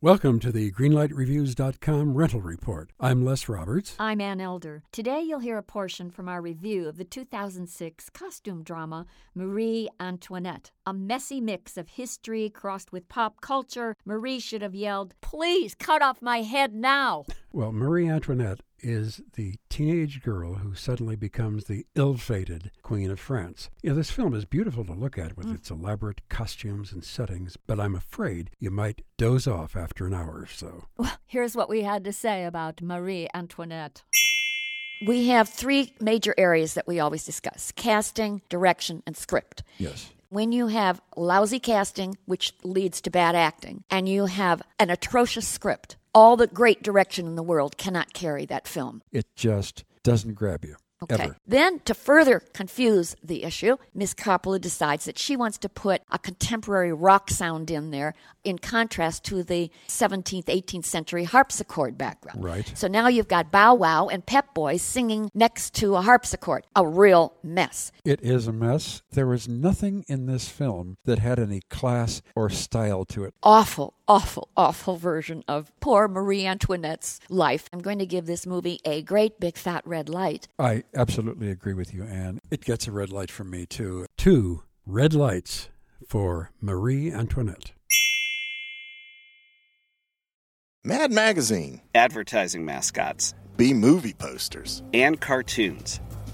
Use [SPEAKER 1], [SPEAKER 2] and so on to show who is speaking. [SPEAKER 1] Welcome to the GreenlightReviews.com rental report. I'm Les Roberts.
[SPEAKER 2] I'm Ann Elder. Today you'll hear a portion from our review of the 2006 costume drama Marie Antoinette. A messy mix of history crossed with pop culture. Marie should have yelled, Please cut off my head now!
[SPEAKER 1] Well, Marie Antoinette is the teenage girl who suddenly becomes the ill fated Queen of France. You know, this film is beautiful to look at with its elaborate costumes and settings, but I'm afraid you might doze off after an hour or so.
[SPEAKER 2] Well, here's what we had to say about Marie Antoinette. We have three major areas that we always discuss casting, direction, and script.
[SPEAKER 1] Yes.
[SPEAKER 2] When you have lousy casting, which leads to bad acting, and you have an atrocious script, all the great direction in the world cannot carry that film.
[SPEAKER 1] It just doesn't grab you.
[SPEAKER 2] Okay. Then, to further confuse the issue, Miss Coppola decides that she wants to put a contemporary rock sound in there in contrast to the 17th, 18th century harpsichord background.
[SPEAKER 1] Right.
[SPEAKER 2] So now you've got Bow Wow and Pep Boys singing next to a harpsichord. A real mess.
[SPEAKER 3] It is a mess. There was nothing in this film that had any class or style to it.
[SPEAKER 2] awful, awful, awful version of poor Marie Antoinette's life. I'm going to give this movie a great big fat red light.
[SPEAKER 3] I absolutely agree with you, Anne. It gets a red light from me, too.
[SPEAKER 1] Two red lights for Marie Antoinette.
[SPEAKER 4] Mad Magazine,
[SPEAKER 5] advertising mascots,
[SPEAKER 4] B movie posters.
[SPEAKER 5] and cartoons.